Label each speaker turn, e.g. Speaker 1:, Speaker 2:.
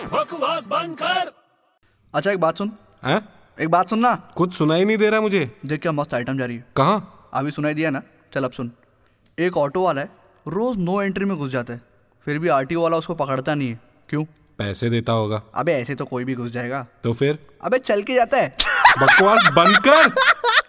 Speaker 1: आवाज बंद कर
Speaker 2: अच्छा एक बात सुन
Speaker 3: हैं
Speaker 2: एक बात सुन ना
Speaker 3: कुछ सुनाई नहीं दे रहा मुझे
Speaker 2: देख क्या मस्त आइटम जा रही है
Speaker 3: कहाँ
Speaker 2: अभी सुनाई दिया ना चल अब सुन एक ऑटो वाला है रोज नो एंट्री में घुस जाता है फिर भी आर वाला उसको पकड़ता नहीं है क्यों
Speaker 3: पैसे देता होगा
Speaker 2: अबे ऐसे तो कोई भी घुस जाएगा
Speaker 3: तो फिर
Speaker 2: अबे चल के जाता है
Speaker 3: बकवास बंद कर